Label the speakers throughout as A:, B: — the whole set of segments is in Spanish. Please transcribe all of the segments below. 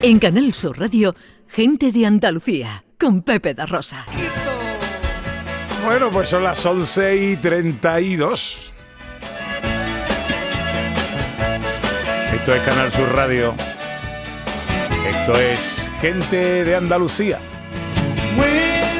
A: En Canal Sur Radio, Gente de Andalucía, con Pepe da Rosa.
B: Bueno, pues son las 11 y 32. Esto es Canal Sur Radio. Esto es Gente de Andalucía. Y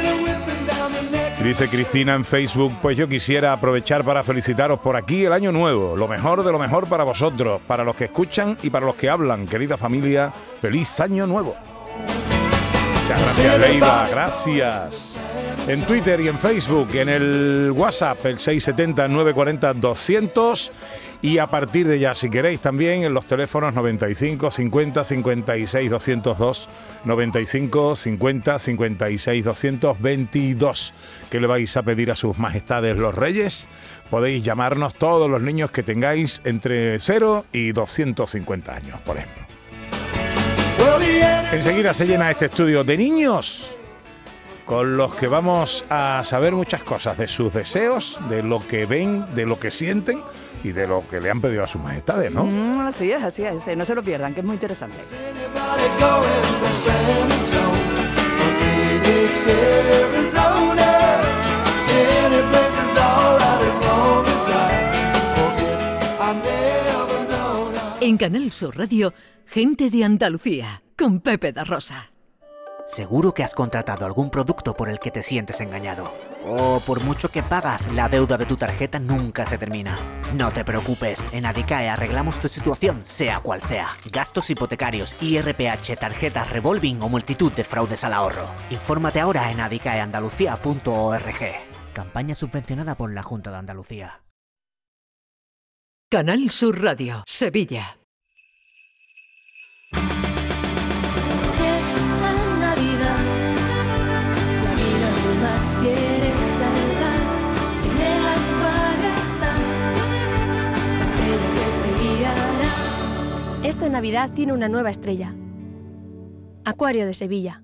B: Dice Cristina en Facebook, pues yo quisiera aprovechar para felicitaros por aquí el año nuevo, lo mejor de lo mejor para vosotros, para los que escuchan y para los que hablan, querida familia, feliz año nuevo. Muchas gracias, Leiva, gracias. En Twitter y en Facebook, en el WhatsApp, el 670-940-200. Y a partir de ya, si queréis, también en los teléfonos 95 50 56 202, 95 50 56 222. ¿Qué le vais a pedir a sus majestades los reyes? Podéis llamarnos todos los niños que tengáis entre 0 y 250 años, por ejemplo. Enseguida se llena este estudio de niños con los que vamos a saber muchas cosas de sus deseos, de lo que ven, de lo que sienten y de lo que le han pedido a sus majestades, ¿no?
C: Mm, así es, así es. eh, No se lo pierdan, que es muy interesante.
A: En Canal Sur Radio, Gente de Andalucía, con Pepe da Rosa.
D: Seguro que has contratado algún producto por el que te sientes engañado. O por mucho que pagas, la deuda de tu tarjeta nunca se termina. No te preocupes, en Adicae arreglamos tu situación, sea cual sea. Gastos hipotecarios, IRPH, tarjetas revolving o multitud de fraudes al ahorro. Infórmate ahora en adicaeandalucía.org. Campaña subvencionada por la Junta de Andalucía.
A: Canal Sur Radio, Sevilla.
E: Esta Navidad, la vida no la quieres salvar. En el alfaro está la estrella que te guiará.
F: Esta Navidad tiene una nueva estrella. Acuario de Sevilla.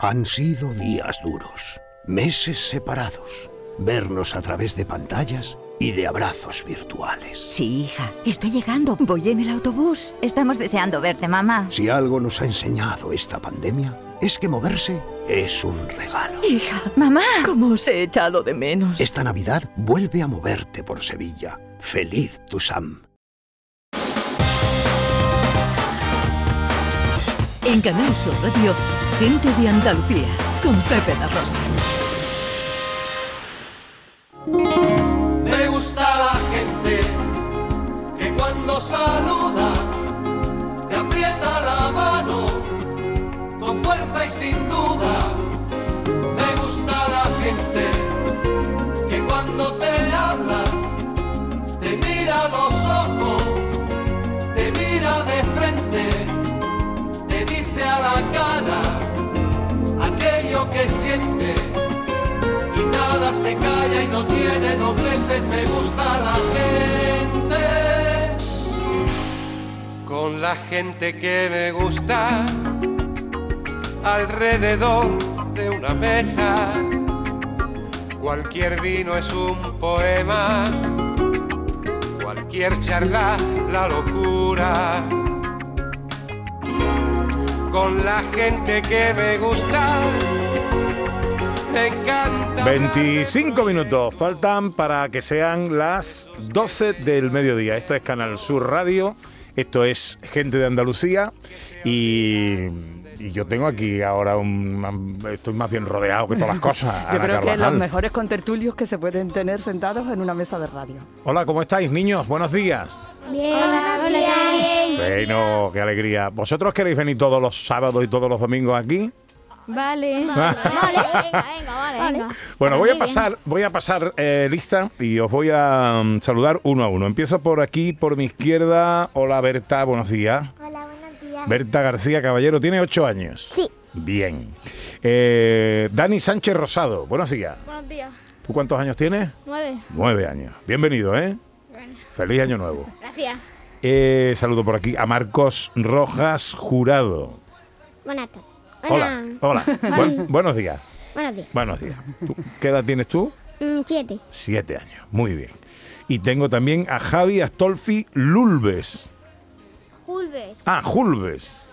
G: Han sido días duros, meses separados, vernos a través de pantallas y de abrazos virtuales.
H: Sí, hija, estoy llegando. Voy en el autobús. Estamos deseando verte, mamá.
G: Si algo nos ha enseñado esta pandemia, es que moverse es un regalo.
H: Hija, mamá.
C: ¿Cómo os he echado de menos?
G: Esta Navidad vuelve a moverte por Sevilla. Feliz tu Sam.
A: En Canal Sur Radio, Gente de Andalucía, con Pepe da Rosa.
I: Me gusta la gente que cuando saluda te aprieta la mano con fuerza y sin dudas. Me gusta la gente que cuando te habla te mira a los ojos, te mira de frente, te dice a la cara aquello que siente y nada se calla y no tiene dobleces. Me gusta la gente. Con la gente que me gusta, alrededor de una mesa, cualquier vino es un poema, cualquier charla la locura. Con la gente que me gusta, me encanta. hablar de
B: 25 minutos faltan para que sean las 12 del mediodía. Esto es Canal Sur Radio, esto es Gente de Andalucía y, y yo tengo aquí ahora un... Estoy más bien rodeado que todas las cosas.
C: Yo
B: Ana
C: creo que los
B: Carvajal.
C: mejores contertulios que se pueden tener sentados en una mesa de radio.
B: Hola, ¿cómo estáis, niños? Buenos días. Bueno, qué alegría. ¿Vosotros queréis venir todos los sábados y todos los domingos aquí?
J: Vale. venga, venga, vale, venga.
B: Bueno, voy a
J: Muy bien.
B: pasar, voy a pasar eh, lista y os voy a mm, saludar uno a uno. Empiezo por aquí, por mi izquierda. Hola Berta, buenos días.
J: Hola, buenos días.
B: Berta García Caballero tiene ocho años.
J: Sí.
B: Bien. Eh, Dani Sánchez Rosado, buenos días.
J: Buenos días.
B: ¿Tú cuántos años tienes?
J: Nueve.
B: Nueve años. Bienvenido, ¿eh?
J: Bueno,
B: Feliz año nuevo.
J: gracias.
B: Eh, saludo por aquí a Marcos Rojas Jurado.
J: Buenas tardes.
B: Hola. Hola. Bu- buenos días.
J: Buenos días.
B: Buenos días. ¿Tú- ¿Qué edad tienes tú?
J: Mm, siete.
B: Siete años. Muy bien. Y tengo también a Javi Astolfi Lulbes.
J: Julves.
B: Ah, Julbes.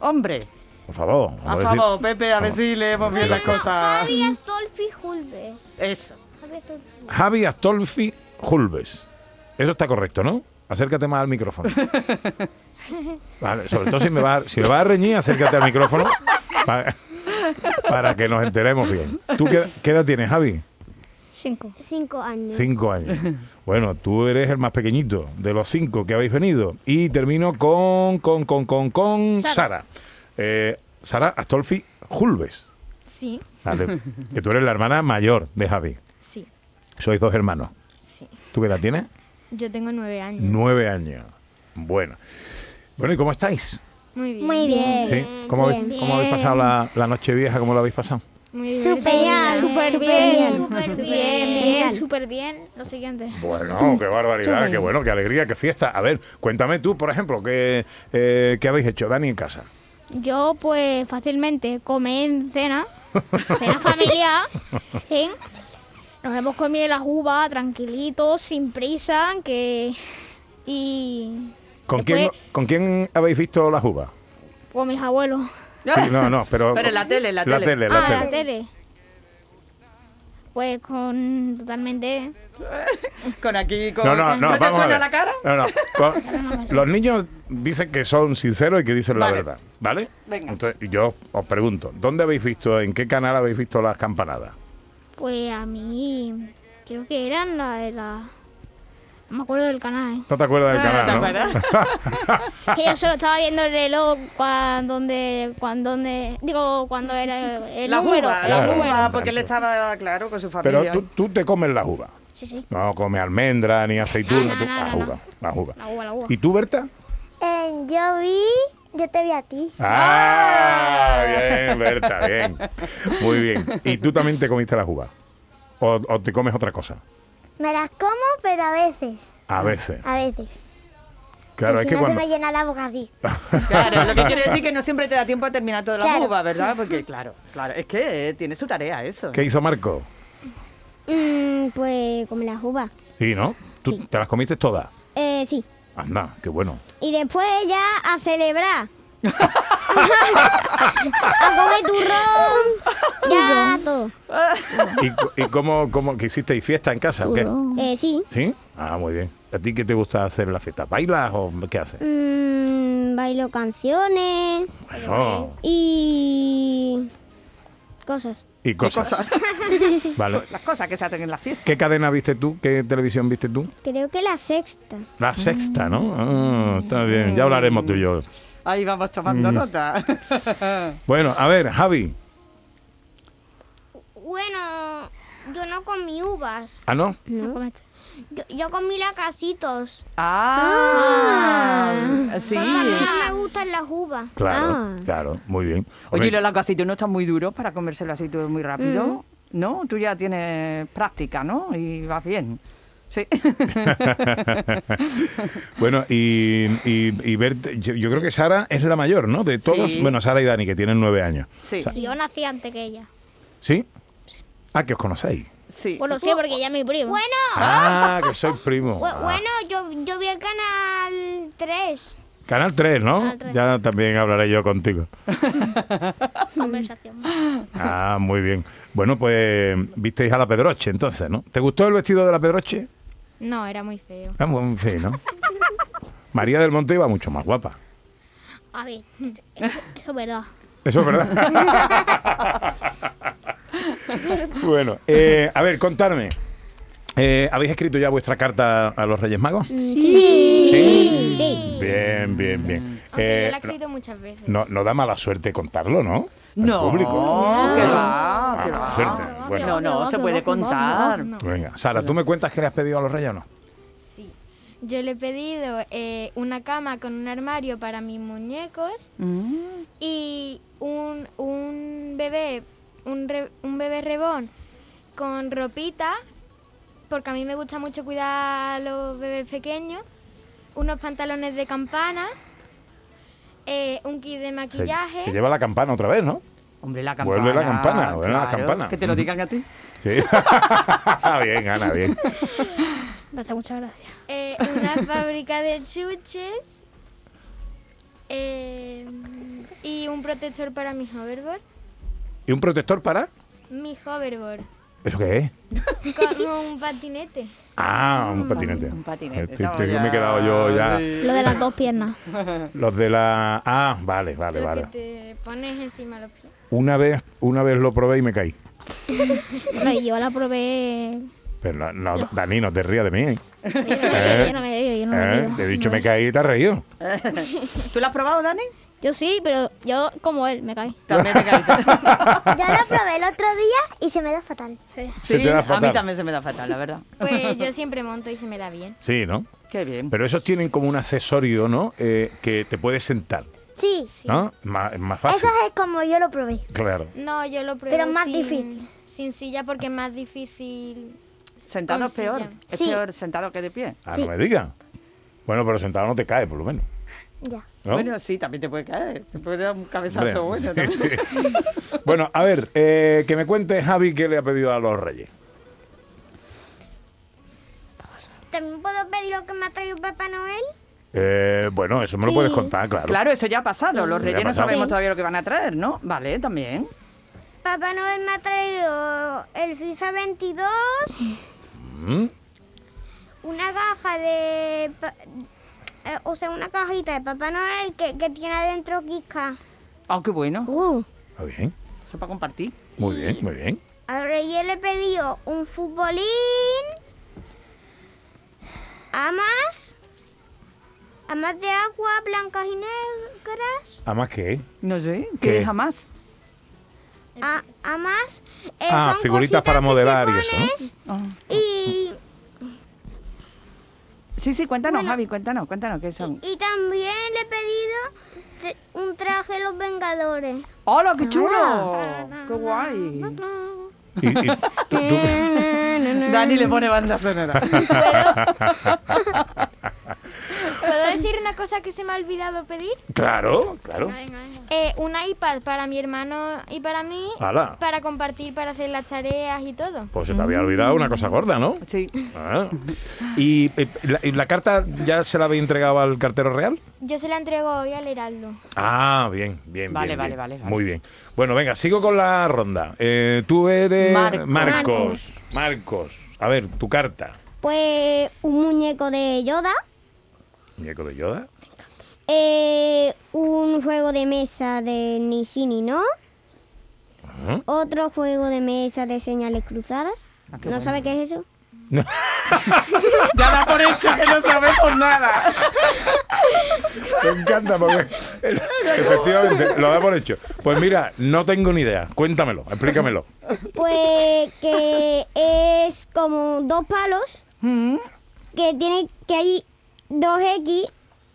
C: Hombre,
B: Por favor.
C: a
B: vamos decir-
C: favor, Pepe, a ver
B: vamos.
C: si leemos
B: decir
C: bien las
B: las cosas.
C: cosas.
K: Javi Astolfi Julves.
C: Eso.
K: Javi Astolfi Julves.
B: Javi Astolfi Julves. Eso está correcto, ¿no? Acércate más al micrófono. Vale, sobre todo si me va a, si me va a reñir, acércate al micrófono para, para que nos enteremos bien. ¿Tú qué, qué edad tienes, Javi?
K: Cinco. Cinco años.
B: Cinco años. Bueno, tú eres el más pequeñito de los cinco que habéis venido. Y termino con, con, con, con, con Sara.
L: Sara.
B: Eh, Sara Astolfi Julves.
L: Sí,
B: Vale, que tú eres la hermana mayor de Javi.
L: sí.
B: Sois dos hermanos. ¿Tú qué edad tienes?
L: Yo tengo nueve años.
B: Nueve años. Bueno. Bueno, ¿y cómo estáis?
L: Muy bien.
K: Muy bien.
B: ¿Sí? ¿Cómo,
K: bien.
B: habéis, cómo habéis pasado la, la noche vieja? ¿Cómo la habéis pasado?
L: Muy bien.
K: Súper bien, súper bien.
L: Súper
K: bien.
L: bien.
K: súper bien. Lo siguiente. Mm,
B: Bueno, qué barbaridad, qué bueno, qué alegría, qué fiesta. A ver, cuéntame tú, por ejemplo, qué, eh, qué habéis hecho, Dani, en casa.
K: Yo, pues, fácilmente comí cena, cena familiar. ¿sí? Nos hemos comido las uvas tranquilitos, sin prisa, que... Y...
C: Eh,
B: ¿Con, quién,
C: pues-
K: Después-
B: ¿con quién habéis visto las uvas?
K: con pues, mis abuelos.
B: Sí, no, no, pero-
C: Pero en la tele, en la,
B: la tele, la
K: ah,
B: tele.
K: la tele. Pues con... totalmente...
C: Con aquí, con...
B: No, no, no,
C: te
B: vamos a
C: suena
B: ver.
C: la cara?
B: No, no. Con- los niños dicen que son sinceros y que dicen la
C: Vale.
B: verdad, ¿vale?
C: Venga.
B: Entonces, yo os pregunto, ¿dónde habéis visto, en qué canal habéis visto las campanadas?
K: Pues a mí... Creo que eran la de la... No me acuerdo del canal, ¿eh?
B: No te acuerdas del canal, ¿no?
K: Que yo solo estaba viendo el reloj cuando, donde, cuando, donde- digo, cuando era el, el
C: La
K: número.
C: uva,
K: el
B: Claro.
C: la
K: número.
C: uva, porque él estaba, claro, con su familia.
B: Pero tú, tú te comes las uvas.
K: Sí, sí.
B: No come almendra ni aceituna,
K: Ah, No, no,
B: tú- las
K: no, no, no.
B: uvas, las uvas.
K: La uva, la uva.
B: ¿Y tú, Berta?
K: Eh, yo vi, yo te vi a ti.
B: Ah, bien, Berta, bien. Muy bien. ¿Y tú también te comiste las uvas? ¿O, o te comes otra cosa?
K: Me las como, pero a veces,
B: A veces.
K: a veces.
B: Claro, es que cuando...
K: llena la boca así.
C: Claro, lo que quiere decir que no siempre te da tiempo a terminar toda la uva, ¿verdad? Porque, claro, claro, es que eh, tiene su tarea eso.
B: ¿Qué hizo Marco?
K: pues como las uvas.
B: Sí, ¿no? ¿Tú te las comiste todas?
K: Eh, sí.
B: Anda, qué bueno.
K: Y después ya a celebrar. a comer turrón. Ya todo. Ah.
B: ¿Y, cu- y cómo, cómo que hicisteis fiesta en casa o qué?
K: Eh, sí.
B: ¿Sí? Ah, muy bien. ¿A ti qué te gusta hacer en la fiesta? ¿Bailas o qué haces?
K: Mm, bailo canciones.
B: Bueno,
K: Y cosas.
B: y cosas. Vale.
C: Las cosas que se hacen en la fiesta.
B: ¿Qué cadena viste tú? ¿Qué televisión viste tú?
K: Creo que la sexta.
B: La sexta, ¿no? Ah, está bien, ya hablaremos tú y yo.
C: Ahí vamos tomando
B: Mm.
C: nota.
B: Bueno, a ver, Javi.
K: Bueno, yo no comí uvas.
B: ¿Ah, no?
K: Yo, yo comí lacasitos.
C: ah, sí.
K: Porque a mí no me gustan las uvas.
B: Ah. Claro, claro, muy bien.
C: Oye, ¿y
B: Hombre,
C: los lacasitos no están muy duros para comérselo así todo muy rápido? ¿No? Tú ya tienes práctica, ¿no? Y vas bien. Sí.
B: bueno, y, y, y Berta- yo, yo creo que Sara es la mayor, ¿no? De todos,
C: Sí.
B: bueno, Sara y Dani, que tienen nueve años.
C: Sí.
K: Si Ah. yo nací antes que ella.
B: ¿Sí? Ah, que os conocéis.
C: Sí.
K: Bueno, sí, porque ella es mi prima. Bueno,
B: Ah, que sois primo. Ah.
K: yo, yo vi el canal 3.
B: Canal 3, ¿no?
K: Canal 3.
B: Ya también hablaré yo contigo.
K: Conversación.
B: Ah, muy bien. Bueno, pues visteis a la Pedroche entonces, ¿no? ¿Te gustó el vestido de la Pedroche?
L: No, era muy feo.
B: Ah, muy feo, ¿no? María del Monte iba mucho más guapa.
K: A ver, eso, eso es verdad.
B: Eso es verdad. bueno, eh, a ver, contadme. Eh, ¿Habéis escrito ya vuestra carta a los Reyes Magos?
K: Sí.
B: Sí. Bien, bien, bien.
L: Aunque
B: Eh,
L: yo la he escrito muchas veces.
B: no, no da mala suerte contarlo, ¿no? Al
C: No,
B: público.
C: que Oh, va,
B: Ah,
C: que
B: mala
C: va.
B: suerte. Bueno,
C: No, no, se puede contar.
B: venga. Sara, ¿tú me cuentas que le has pedido a los Reyes o no?
L: Sí. Yo le he pedido eh, una cama con un armario para mis muñecos
C: Mm.
L: y un, un bebé, un, re- un bebé rebón con ropita, porque a mí me gusta mucho cuidar a los bebés pequeños, unos pantalones de campana, eh, un kit de
B: Se-
L: maquillaje.
B: se lleva la campana otra vez, ¿no?
C: Hombre, la campana.
B: Vuelve la campana, vuelve la
C: claro,
B: campana.
C: Que te lo digan a ti.
B: Sí. bien, Ana, bien.
K: Me hace muchas gracias.
L: Eh, una fábrica de chuches. eh,
M: y un protector para mi hoverboard.
B: ¿Y un protector para?
M: Mi hoverboard.
B: ¿Eso qué es?
M: Como un patinete.
B: Ah, un patinete.
M: un
B: patinete. me he quedado yo ya.
J: Lo de las dos piernas.
B: Los de la. Ah, vale, vale,
M: Lo que
B: vale.
M: te pones encima los pies.
B: Una vez, una vez lo probé y me caí.
J: bueno, y yo la probé.
B: Pero no, no, Dani, no te rías de mí. ¿eh?
J: Yo no me río, yo no me
B: ¿Eh?
J: río.
B: Te he dicho me caí y te has reído.
J: ¿Tú la has probado, Dani? Yo sí, pero yo como él me caí.
K: Yo lo probé el otro día y se me da fatal.
B: Se te da fatal.
C: a mí también se me da fatal, la verdad.
M: Pues yo siempre monto y se me da bien.
B: Sí, ¿no?
C: Qué bien.
B: Pero esos tienen como un accesorio, ¿no? Eh, que te puedes sentar,
K: Sí.
B: ¿no? Es más, es más
K: Eso
B: fácil.
K: es como yo lo probé.
B: Claro.
M: No, yo lo pruebo
K: Pero es más
M: sin-
K: difícil.
M: Sin silla porque es más difícil.
C: Sentado
M: con
C: es peor.
M: silla.
C: Es peor sentado que de pie.
B: Ah, no me digas. Bueno, pero sentado no te cae, por lo menos.
K: Ya.
B: ¿No?
C: Bueno, sí, también te puede caer. Te puede dar un
B: Hombre,
C: cabezazo bueno.
B: sí,
C: también.
B: sí. Bueno, a ver, eh, que me cuente Javi qué le ha pedido a los reyes.
K: ¿También puedo pedir lo que me ha traído Papá Noel?
B: Eh, bueno, eso me lo
K: Sí.
B: puedes contar, claro.
C: Claro, eso ya ha pasado. Los
B: Ya
C: reyes
B: ha
C: no
B: pasado.
C: sabemos
B: Sí.
C: todavía lo que van a traer, ¿no? Vale, también.
K: Papá Noel me ha traído el FIFA 22,
B: Mm,
K: una caja de... pa- eh, o sea, una cajita de Papá Noel que, que tiene adentro Kika.
C: Ah, qué bueno.
B: Está bien.
C: Eso para compartir.
B: Muy bien, muy bien.
K: Al rey le he pedido un futbolín, amas, amas de agua blancas y negras,
B: ¿A más qué?
C: No sé,
B: ¿qué ¿Qué? es
C: jamás?
K: a- amas, eh,
B: ah,
K: son
B: figuritas para
K: cositas que
B: modelar
K: se
B: y eso, ¿no?
C: ponen
K: Y,
C: Sí, sí, cuéntanos, Javi, cuéntanos, cuéntanos qué son.
K: y también le he pedido te- un traje de los Vengadores.
C: ¡Hola, qué chulo!
K: Hola.
C: ¡Qué guay!
B: Y- y tú- tú-
C: Dani le pone banda sonora.
M: ¿Puedo decir una cosa que se me ha olvidado pedir?
B: claro, claro.
M: Eh, un iPad para mi hermano y para mí.
B: Ala.
M: Para compartir, para hacer las tareas y todo.
B: Pues se te había olvidado una cosa gorda, ¿no?
C: Sí.
B: Ah. ¿Y, eh, la, y la carta ya se la había entregado al cartero real?
M: Yo se la entrego hoy al Heraldo.
B: Ah, bien, bien,
M: Vale,
B: bien,
M: vale,
B: bien.
M: vale, vale.
B: Muy bien. Bueno, venga, sigo con la ronda. Eh, tú eres
K: Marcos.
B: Marcos. Marcos. A ver, tu carta.
K: Pues un muñeco de Yoda,
B: Muñeco de Yoda.
K: eh, un juego de mesa de ni sí ni no,
B: Ajá. Ah,
K: otro juego de mesa de señales cruzadas.
B: qué
K: ¿No
B: bueno.
K: sabe qué es eso?
C: ya da por hecho que no sabemos nada.
B: Me encanta porque efectivamente lo da por hecho. Pues mira, no tengo ni idea. Cuéntamelo, explícamelo.
K: Pues que es como dos palos que tiene que hay dos X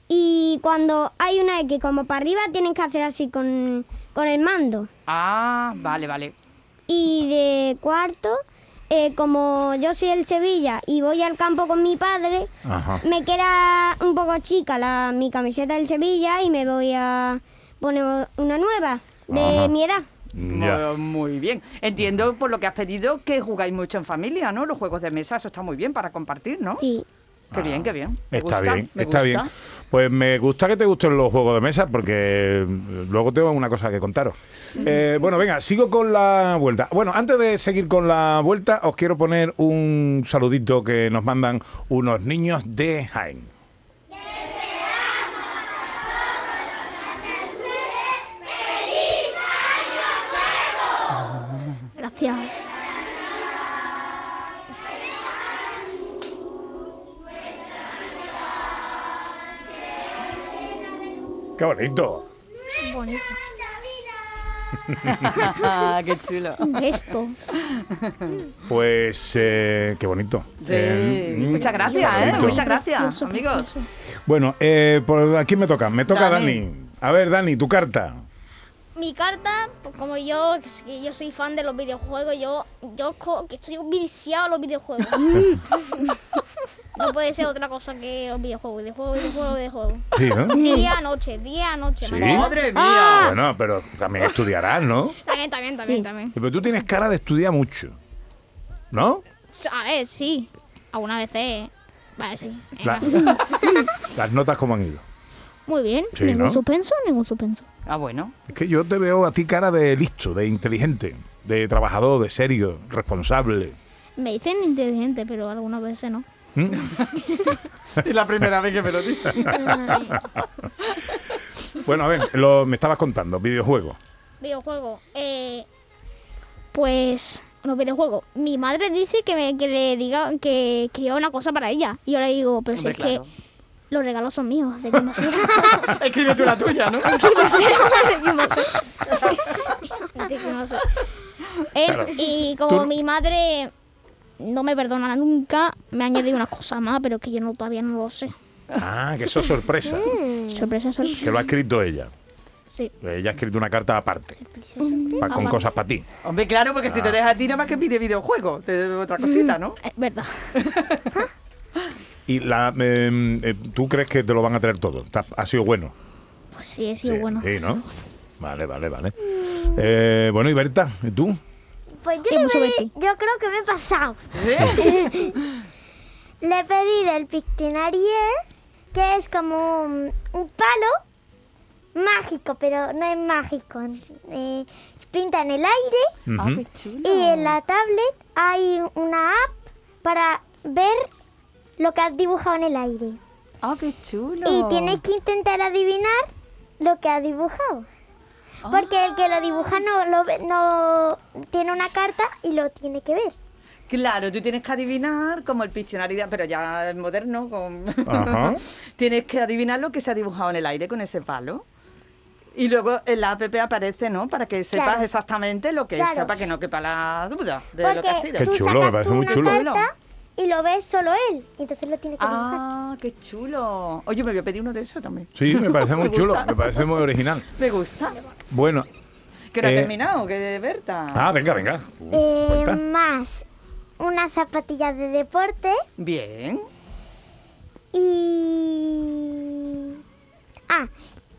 K: y cuando hay una X como para arriba tienen que hacer así con, con el mando.
C: Ah, vale, vale.
K: Y de cuarto, eh, como yo soy el Sevilla y voy al campo con mi padre,
B: Ajá.
K: me queda un poco chica la, mi camiseta del Sevilla y me voy a poner una nueva de
C: Ajá.
K: mi edad.
C: Muy, muy bien. Entiendo por lo que has pedido que jugáis mucho en familia, ¿no? Los juegos de mesa, eso está muy bien para compartir, ¿no?
K: Sí.
C: Qué bien, qué bien. Me
B: Ah. Está
C: gusta,
B: bien,
C: me
B: está bien.
C: gusta.
B: Pues me gusta que te gusten los juegos de mesa porque eh, luego tengo una cosa que contaros. Eh, bueno, venga, sigo con la vuelta. Bueno, antes de seguir con la vuelta, os quiero poner un saludito que nos mandan unos niños de Jaén.
K: Gracias.
B: ¡Qué bonito!
M: Bonito.
C: Ah, qué chulo.
J: Un gesto.
B: Pues eh, qué bonito.
C: Sí.
B: Eh, mm,
C: Muchas gracias, ¿eh?
B: saludito.
C: Muchas gracias, amigos.
B: Bueno, eh, por aquí me toca. Me toca
J: Dani.
B: Dani. A ver, Dani, tu carta.
J: Mi carta, pues como yo, que sí que yo soy fan de los videojuegos, yo, yo co- que estoy viciado a los videojuegos. no puede ser otra cosa que los videojuegos, videojuegos, videojuegos, videojuegos.
B: Sí, ¿no?
J: Día a noche, día a noche.
B: Sí.
J: madre.
C: Ah.
B: Bueno, pero también estudiarás, ¿no?
J: También, también, también, también.
B: Pero tú tienes cara de estudiar mucho, ¿no?
J: O sea, A ver, sí. Alguna vez, eh, Vale, sí.
B: La-
J: Venga.
B: Las notas como han ido.
J: Muy bien.
B: Sí,
J: ningún
B: ¿no?
J: suspenso, ningún suspenso.
C: Ah, bueno.
B: Es que yo te veo a ti cara de listo, de inteligente, de trabajador, de serio, responsable.
J: Me dicen inteligente, pero algunas veces no.
B: ¿Mm?
C: Es la primera vez que me lo dicen.
B: Bueno, a ver, lo, me estabas contando, videojuegos.
J: Videojuego. eh, pues los videojuegos. Mi madre dice que, me, que le diga que quería una cosa para ella. Y yo le digo, pero si
C: Hombre,
J: es
C: claro.
J: que los regalos son míos, de que no sé.
C: Escribe tú la tuya, ¿no?
J: De que no sé, de que no sé. De que no sé. Eh,
C: Claro.
J: Y
C: Tú
J: como
C: no-
J: mi madre no me perdona nunca, me ha añadido unas cosas más, pero que yo no todavía no lo sé.
B: Ah, que eso es sorpresa.
K: Mm.
J: Sorpresa, sorpresa.
B: Que lo ha escrito ella.
J: Sí. Ah,
B: Ella ha escrito una carta aparte, pa- con
K: Ah,
B: cosas para ti.
C: Hombre, claro, porque si te
B: Ah.
C: dejas a ti nada más que pide videojuegos, te debe otra cosita, ¿no?
J: Es Eh, verdad.
B: Y la, eh, eh, tú crees que te lo van a traer todo. Te Ha ha sido bueno.
J: Pues sí, he sido bueno.
B: Sí, ¿no? Vale, vale, vale. Eh, bueno, y Berta, ¿y tú?
K: Pues yo, le pedí- yo creo que me he pasado. le pedí del Pictinarier, que es como un, un palo mágico, pero no es mágico. Eh, pinta en el aire.
E: Ah, qué
K: Y en la tablet hay una app para ver lo que has dibujado en el aire.
C: ¡Ah, qué chulo!
K: Y tienes que intentar adivinar lo que has dibujado. Porque el que
C: Ah.
K: lo dibuja no, lo ve- no tiene una carta y lo tiene que ver.
C: Claro, tú tienes que adivinar como el Pictionary, pero ya el moderno. Con...
E: Ajá.
C: tienes que adivinar lo que se ha dibujado en el aire con ese palo. Y luego en la app aparece, ¿no? Para que sepas
K: Claro.
C: exactamente lo que es,
K: Claro.
C: para que no quepa la duda de lo que ha
K: Porque
C: sido.
K: tú sacas tú una
C: Chulo.
K: carta y lo ves solo él. Y entonces lo tiene que
C: Ah, qué chulo. Oye, me voy a pedir uno de esos también.
B: Sí, me parece muy chulo,
C: gusta.
B: me parece muy original.
C: Me gusta.
B: Bueno.
C: Que no ha
B: eh,
C: terminado, que Berta.
B: Ah, venga, venga.
K: dibujar.
B: cuenta.
C: mm,
K: Eh, más unas zapatillas de deporte
C: Bien.
K: y... Ah,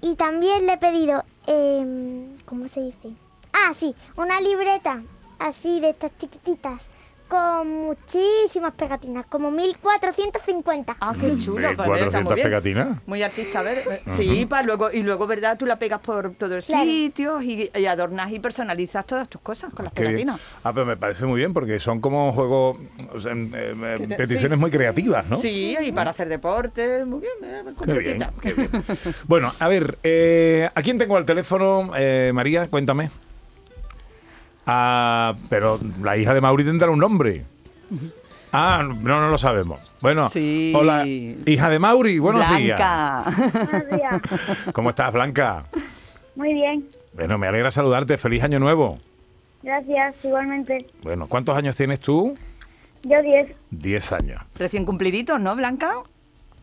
K: y también le he pedido... em, ¿Cómo se dice? Ah, sí, una libreta así de estas chiquititas con muchísimas pegatinas, como 1450.
C: Ah, qué chulo.
B: Ve,
C: pues, Berta, muy
B: 400
C: bien.
B: Eh, pegatinas.
C: Muy artista, ¿verdad?
B: Ujú.
C: Sí, pa, luego, y luego, ¿verdad? Tú la pegas por todos los
K: Claro.
C: sitios y, y adornas y personalizas todas tus cosas con las
B: Qué bien.
C: pegatinas.
B: Ah, pero me parece muy bien porque son como juegos, o sea, em, em, em,
C: Que te-
B: peticiones
C: sí.
B: muy creativas, ¿no?
C: Sí, y para hacer deporte, muy bien. eh,
B: Qué bien,
C: completita.
B: qué bien. Bueno, a ver, eh, ¿a quién tengo al teléfono, eh, María? Cuéntame. Ah, pero la hija de Mauri tendrá un nombre. Ah, no, no lo sabemos. Bueno,
C: Sí.
B: hola, hija de Mauri, buenos días. ¿Cómo estás, Blanca?
L: Muy bien,
B: Bueno, me alegra saludarte, feliz año nuevo.
L: gracias, igualmente.
B: Bueno, ¿cuántos años tienes tú?
L: Yo 10.
B: Diez años.
C: Recién cumpliditos, ¿no, Blanca?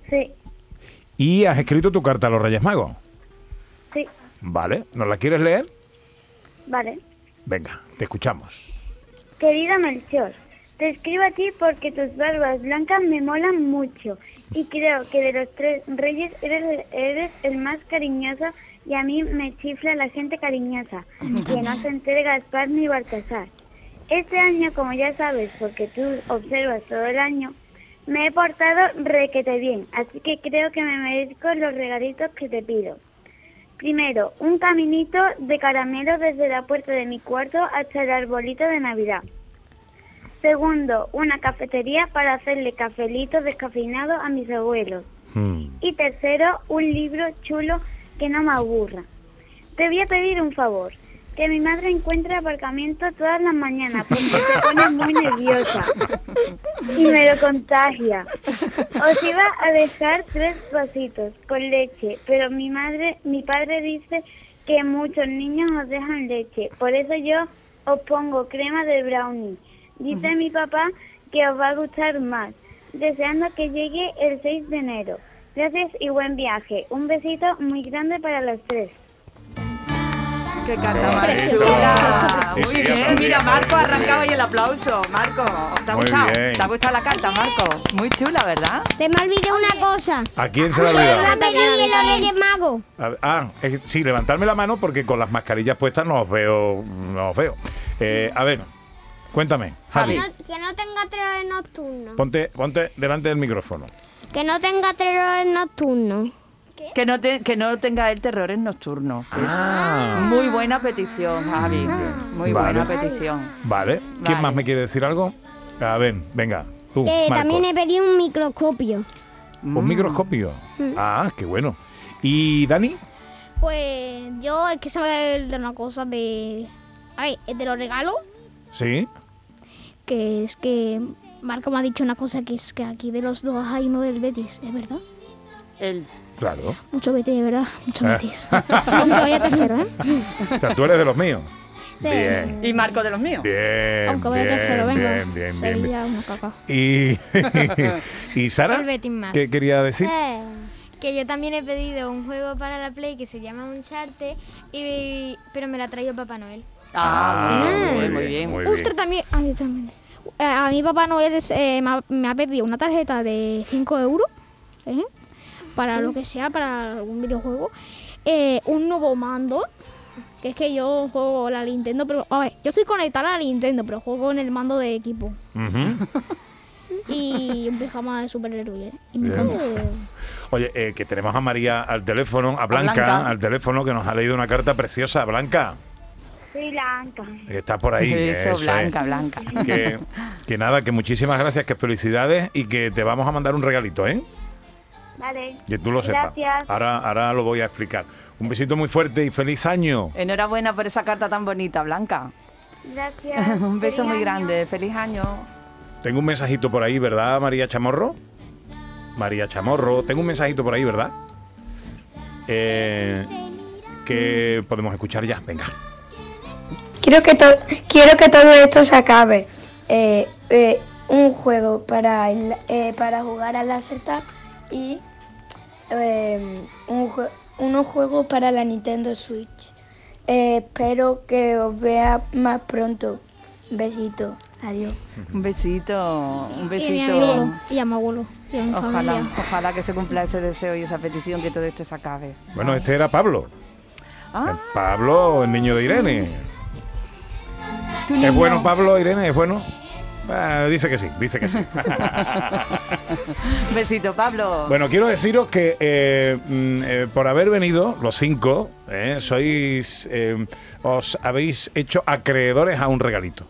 L: Sí,
B: ¿Y has escrito tu carta a los Reyes Magos?
L: sí,
B: Vale, ¿nos la quieres leer?
L: vale.
B: Venga, te escuchamos.
L: Querida Melchor, te escribo a ti porque tus barbas blancas me molan mucho y creo que de los tres reyes eres, eres el más cariñoso y a mí me chifla la gente cariñosa, que no se entere Gaspar ni Baltasar. Este año, como ya sabes, porque tú observas todo el año, me he portado requete bien, así que creo que me merezco los regalitos que te pido. Primero, un caminito de caramelo desde la puerta de mi cuarto hasta el arbolito de Navidad. Segundo, una cafetería para hacerle cafelito descafeinado a mis abuelos.
B: Hmm.
L: Y tercero, un libro chulo que no me aburra. Te voy a pedir un favor, que mi madre encuentre aparcamiento todas las mañanas porque se pone muy nerviosa y me lo contagia. Os iba a dejar tres vasitos con leche, pero mi madre, mi padre dice que muchos niños os dejan leche, por eso yo os pongo crema de brownie. Dice mi papá que os va a gustar más, deseando que llegue el 6 de enero. Gracias y buen viaje. Un besito muy grande para los tres.
C: Qué
B: Ah,
C: canta más
B: bonito.
C: chula.
B: Sí,
C: Muy
B: sí,
C: bien,
B: aplaudía,
C: mira, Marco ha
B: muy
C: arrancado
B: bien.
C: ahí el aplauso. Marco, ¿te ha
B: Muy
C: gustado?
B: bien.
C: ¿Te ha gustado la carta, Marco? Muy chula, ¿verdad?
K: Te me olvidé una cosa.
B: ¿A quién se la
K: Le va a
B: olvidado?
K: pedir los Reyes Magos.
B: A ver, Ah, eh, sí, levantarme la mano porque con las mascarillas puestas no os veo. No os veo. Eh, a ver, cuéntame, Javi.
K: tenga terror nocturno.
B: Ponte, ponte delante del micrófono.
K: Que no tenga terror nocturno.
C: Que no, te- que no tenga el terror en nocturno.
B: Ah.
C: Muy buena petición, Javi. Muy
B: Mm. Vale.
C: buena petición.
B: Vale. ¿Quién más me quiere decir algo? A ver, venga. Tú, Marcos.
K: que Eh, también he pedido un microscopio.
B: Un microscopio.
K: Mm.
B: Ah, qué bueno. ¿Y Dani?
L: Pues yo es que se me da el de una cosa de... A ver, es de los regalos,
B: Sí.
L: que es que Marco me ha dicho una cosa que es que aquí de los dos hay uno del Betis, ¿es verdad?
C: El...
B: Claro.
L: Mucho Betis, de verdad, mucho
B: Ah.
L: Betis. Aunque vaya tercero, ¿eh?
B: O sea, tú eres de los míos. Bien.
C: Y Marco de los míos.
B: Bien,
N: Aunque vaya tercero,
B: bien,
N: venga.
B: bien, bien, bien, bien.
N: Sevilla, una caca.
B: ¿Y, ¿Y Sara?
N: El Betis más.
B: ¿Qué quería decir?
N: Que yo también he pedido un juego para la Play que se llama Uncharted, y, pero me la ha traído Papá Noel.
B: Ah,
C: Ah, muy bien,
B: muy
C: muy
B: bien,
C: bien.
B: muy
L: Ostras, también, a mí también. Eh, A mi papá Noel es, eh, me, ha, me ha pedido una tarjeta de 5 euros, ¿eh? para lo que sea, para algún videojuego. Eh, un nuevo mando, que es que yo juego la Nintendo, pero... A ver, yo soy conectada a la Nintendo, pero juego en el mando de equipo.
B: Ujú.
L: Y un pijama de superhéroe. ¿eh? Y me
B: Bien.
L: encanta...
B: Oye, eh, que tenemos a María al teléfono, a Blanca,
L: Blanca.
B: al teléfono, que nos ha leído una carta preciosa. Blanca,
O: Soy Blanca.
B: está por ahí.
C: Eso,
B: es.
C: Blanca, Blanca.
B: Que, que nada, que muchísimas gracias, que felicidades y que te vamos a mandar un regalito, ¿eh?
O: Vale.
B: Que tú lo sepas. Ah.
C: Gracias.
B: Ahora, ahora lo voy a explicar. Un besito muy fuerte y feliz año.
C: Enhorabuena por esa carta tan bonita, Blanca.
O: Gracias.
C: Un beso
O: Feliz
C: muy
O: año.
C: grande. Feliz año.
B: Tengo un mensajito por ahí, ¿verdad, María Chamorro? María Chamorro, tengo un mensajito por ahí, ¿verdad? Eh, que podemos escuchar ya, venga.
P: Quiero que, to- quiero que todo esto se acabe. Eh, eh, un juego para, el- eh, para jugar a la Z y eh, un jue- unos juegos para la Nintendo Switch. Eh, espero que os vea más pronto. Un besito. Adiós.
C: Un besito. Un
L: Y a mi
C: besito.
L: abuelo, y a mi abuelo, y a mi
C: Ojalá,
L: familia.
C: ojalá que se cumpla ese deseo y esa petición que todo esto se acabe.
B: Bueno, este era Pablo.
C: Ah.
B: Pablo, el niño de Irene. ¿Es bueno Pablo, Irene? ¿Es bueno? Ah, dice que sí, dice que sí.
C: Besito, Pablo.
B: Bueno, quiero deciros que eh, mm, eh, por haber venido, los cinco, eh, sois. eh, os habéis hecho acreedores a un regalito.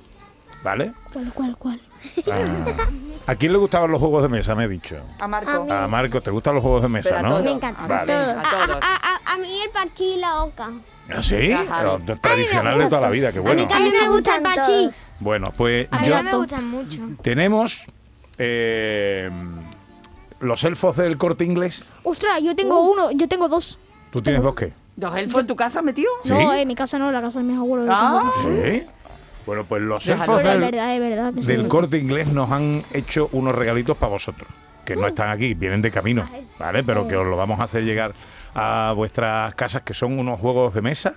B: ¿Vale?
L: ¿Cuál, cuál, cuál?
B: Ah. ¿A quién le gustaban los juegos de mesa? Me he dicho.
C: A Marco. A mí.
B: A Marco, ¿te gustan los juegos de mesa, no?
K: Me encanta.
B: Vale.
K: A, a- a mí el parchís y la oca.
B: ¿Ah, sí? Lo tradicional de toda la vida, qué bueno.
K: A mí me gusta el parchís.
B: Bueno, pues
N: A mí
B: yo-
N: no me gustan mucho.
B: tenemos eh, los elfos del corte inglés.
L: Ostras, yo tengo uno, yo tengo dos.
B: ¿Tú tienes dos qué?
C: ¿Los elfos en tu casa metido?
B: Sí.
L: No, en mi casa no, en la casa de mis abuelos. yo
C: Ah.
L: tengo dos.
B: Sí. Bueno, pues los
L: Pero
B: elfos
L: es
B: del,
L: verdad, es verdad. que sí.
B: del corte inglés nos han hecho unos regalitos para vosotros, que
L: Uh.
B: no están aquí, vienen de camino, ¿vale? Pero que os lo vamos a hacer llegar a vuestras casas, que son unos juegos de mesa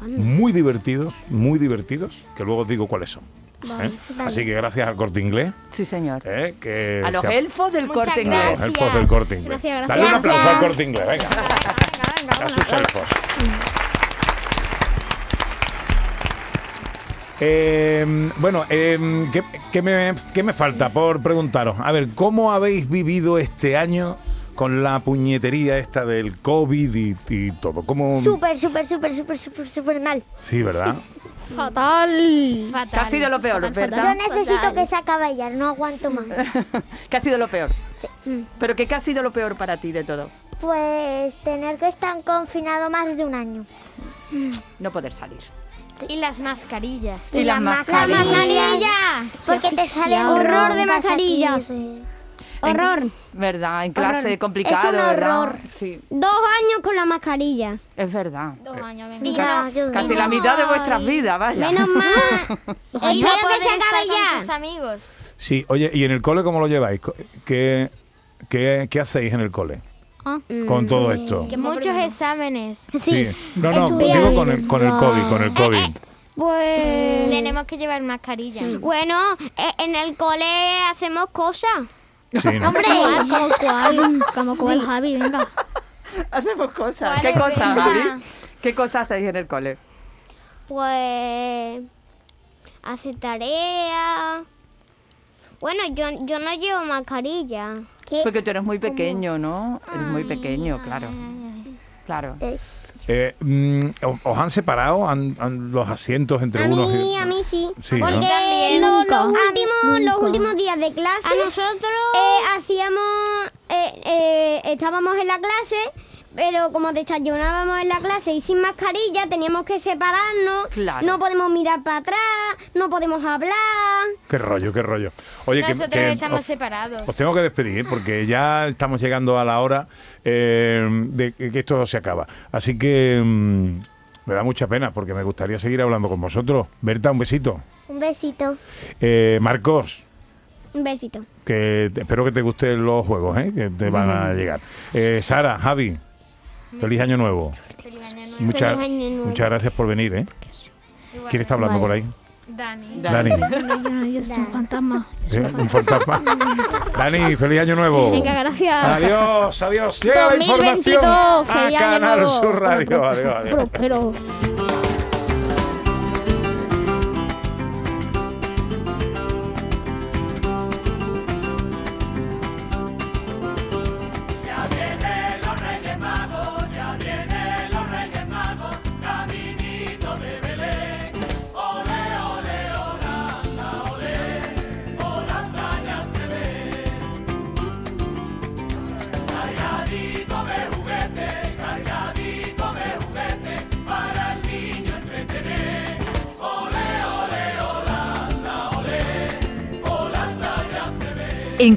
B: muy divertidos, muy divertidos, que luego os digo cuáles son. ¿eh?
C: Vale, vale.
B: Así que gracias al corte inglés.
C: Sí, señor.
B: ¿eh? Que
C: A los
B: se ha-
C: elfos del
B: A
C: corte
B: los
C: inglés.
B: elfos del corte inglés.
C: Gracias, gracias.
B: Dale un aplauso al
C: Gracias.
B: corte inglés, venga. a sus elfos. Eh, bueno, eh, ¿qué, qué me, qué me falta por preguntaros? A ver, ¿cómo habéis vivido este año con la puñetería esta del COVID y, y todo? ¿Cómo?
K: Súper, súper, súper, súper, súper, súper mal.
B: Sí, ¿verdad?
L: Fatal.
C: Que ha sido lo peor, ¿verdad?
K: Yo necesito que se acabe ya, no aguanto más.
C: ¿Qué ha sido lo peor? ¿Pero qué, qué ha sido lo peor para ti de todo?
K: Pues tener que estar confinado más de un año.
C: No poder salir.
N: Y las mascarillas.
K: Y las mascarillas.
N: mascarillas.
K: mascarilla! Porque te sale un horror de mascarillas. Horror.
C: ¿Verdad? En clase,
K: Horror.
C: complicado,
K: Es un
C: ¿verdad?
K: horror.
C: Sí,
K: Dos años con la mascarilla.
C: es verdad.
L: Oh,
K: Mira,
C: Ca- Casi la mitad de vuestras vidas, vaya.
K: Menos mal.
N: Ojalá
K: Espero que
N: poder
K: se
N: estar
K: acabe
N: con
K: ya.
N: tus amigos.
B: Sí, oye, ¿y en el cole cómo lo lleváis? Co- ¿Qué, qué, qué hacéis en el cole? Con todo esto.
N: Muchos exámenes.
B: No, no, digo con el,
K: Ah.
B: con el COVID, con el COVID.
K: Eh, Pues...
N: Tenemos que llevar mascarilla.
K: Bueno, eh, en el cole hacemos cosas.
B: Sí,
K: eh.
B: Pues ¿no?
K: Hombre,
L: Como cual, como cual, como cual, Javi, venga.
C: Hacemos cosas.
K: ¿Cuál
C: ¿Qué
K: es
C: cosas,
K: verdad?
C: Javi? ¿Qué cosas hacéis en el cole?
K: Pues hace tarea. Bueno, yo, yo no llevo mascarilla.
C: Porque tú eres muy pequeño, ¿no? Eres muy pequeño, claro. Claro.
B: Eh, mm, ¿o- ¿Os han separado han- han los asientos entre
K: A
B: unos
K: mí,
B: y
K: a mí sí.
B: Sí, ¿no?
K: Porque
M: También.
K: lo-
M: Nunca.
K: los, últimos, los
M: Nunca.
K: últimos días de clase.
M: A nosotros-
K: eh, hacíamos. eh, eh, estábamos en la clase. Pero como desayunábamos en la clase y sin mascarilla, teníamos que separarnos.
B: Claro.
K: No podemos mirar para atrás, no podemos hablar.
B: Qué rollo, qué rollo. Oye, que-
M: Nosotros
B: que,
M: estamos
B: os-
M: separados.
B: Os tengo que despedir porque ya estamos llegando a la hora eh, de que esto se acaba. Así que mm, me da mucha pena porque me gustaría seguir hablando con vosotros. Berta, un besito.
K: Un besito.
B: Eh, Marcos,
K: Un besito.
B: que te- espero que te gusten los juegos ¿eh? que te van a llegar. Eh, Sara, Javi, feliz año nuevo. Muchas,
M: Feliz año nuevo.
B: muchas gracias por venir. ¿eh? ¿Quién está hablando por ahí?
M: Dani.
B: Dani. Dani.
M: yo soy un fantasma.
B: ¿Sí? Un fantasma. Dani, feliz año nuevo.
M: Venga, gracias.
B: Adiós, adiós. Llega la información
M: 2022,
B: a
M: feliz año
B: Canal
M: nuevo.
B: Sur Radio. Adiós, adiós.
M: Pero.
I: Ya vienen los Reyes Magos, ya vienen los Reyes Magos, caminito de Belén. Ole, ole, Holanda, ole, Holanda ya se ve. Cargadito de juguete, cargadito de juguete, para el niño entretener. Ole, ole, Holanda, ole, Holanda ya se ve.
A: En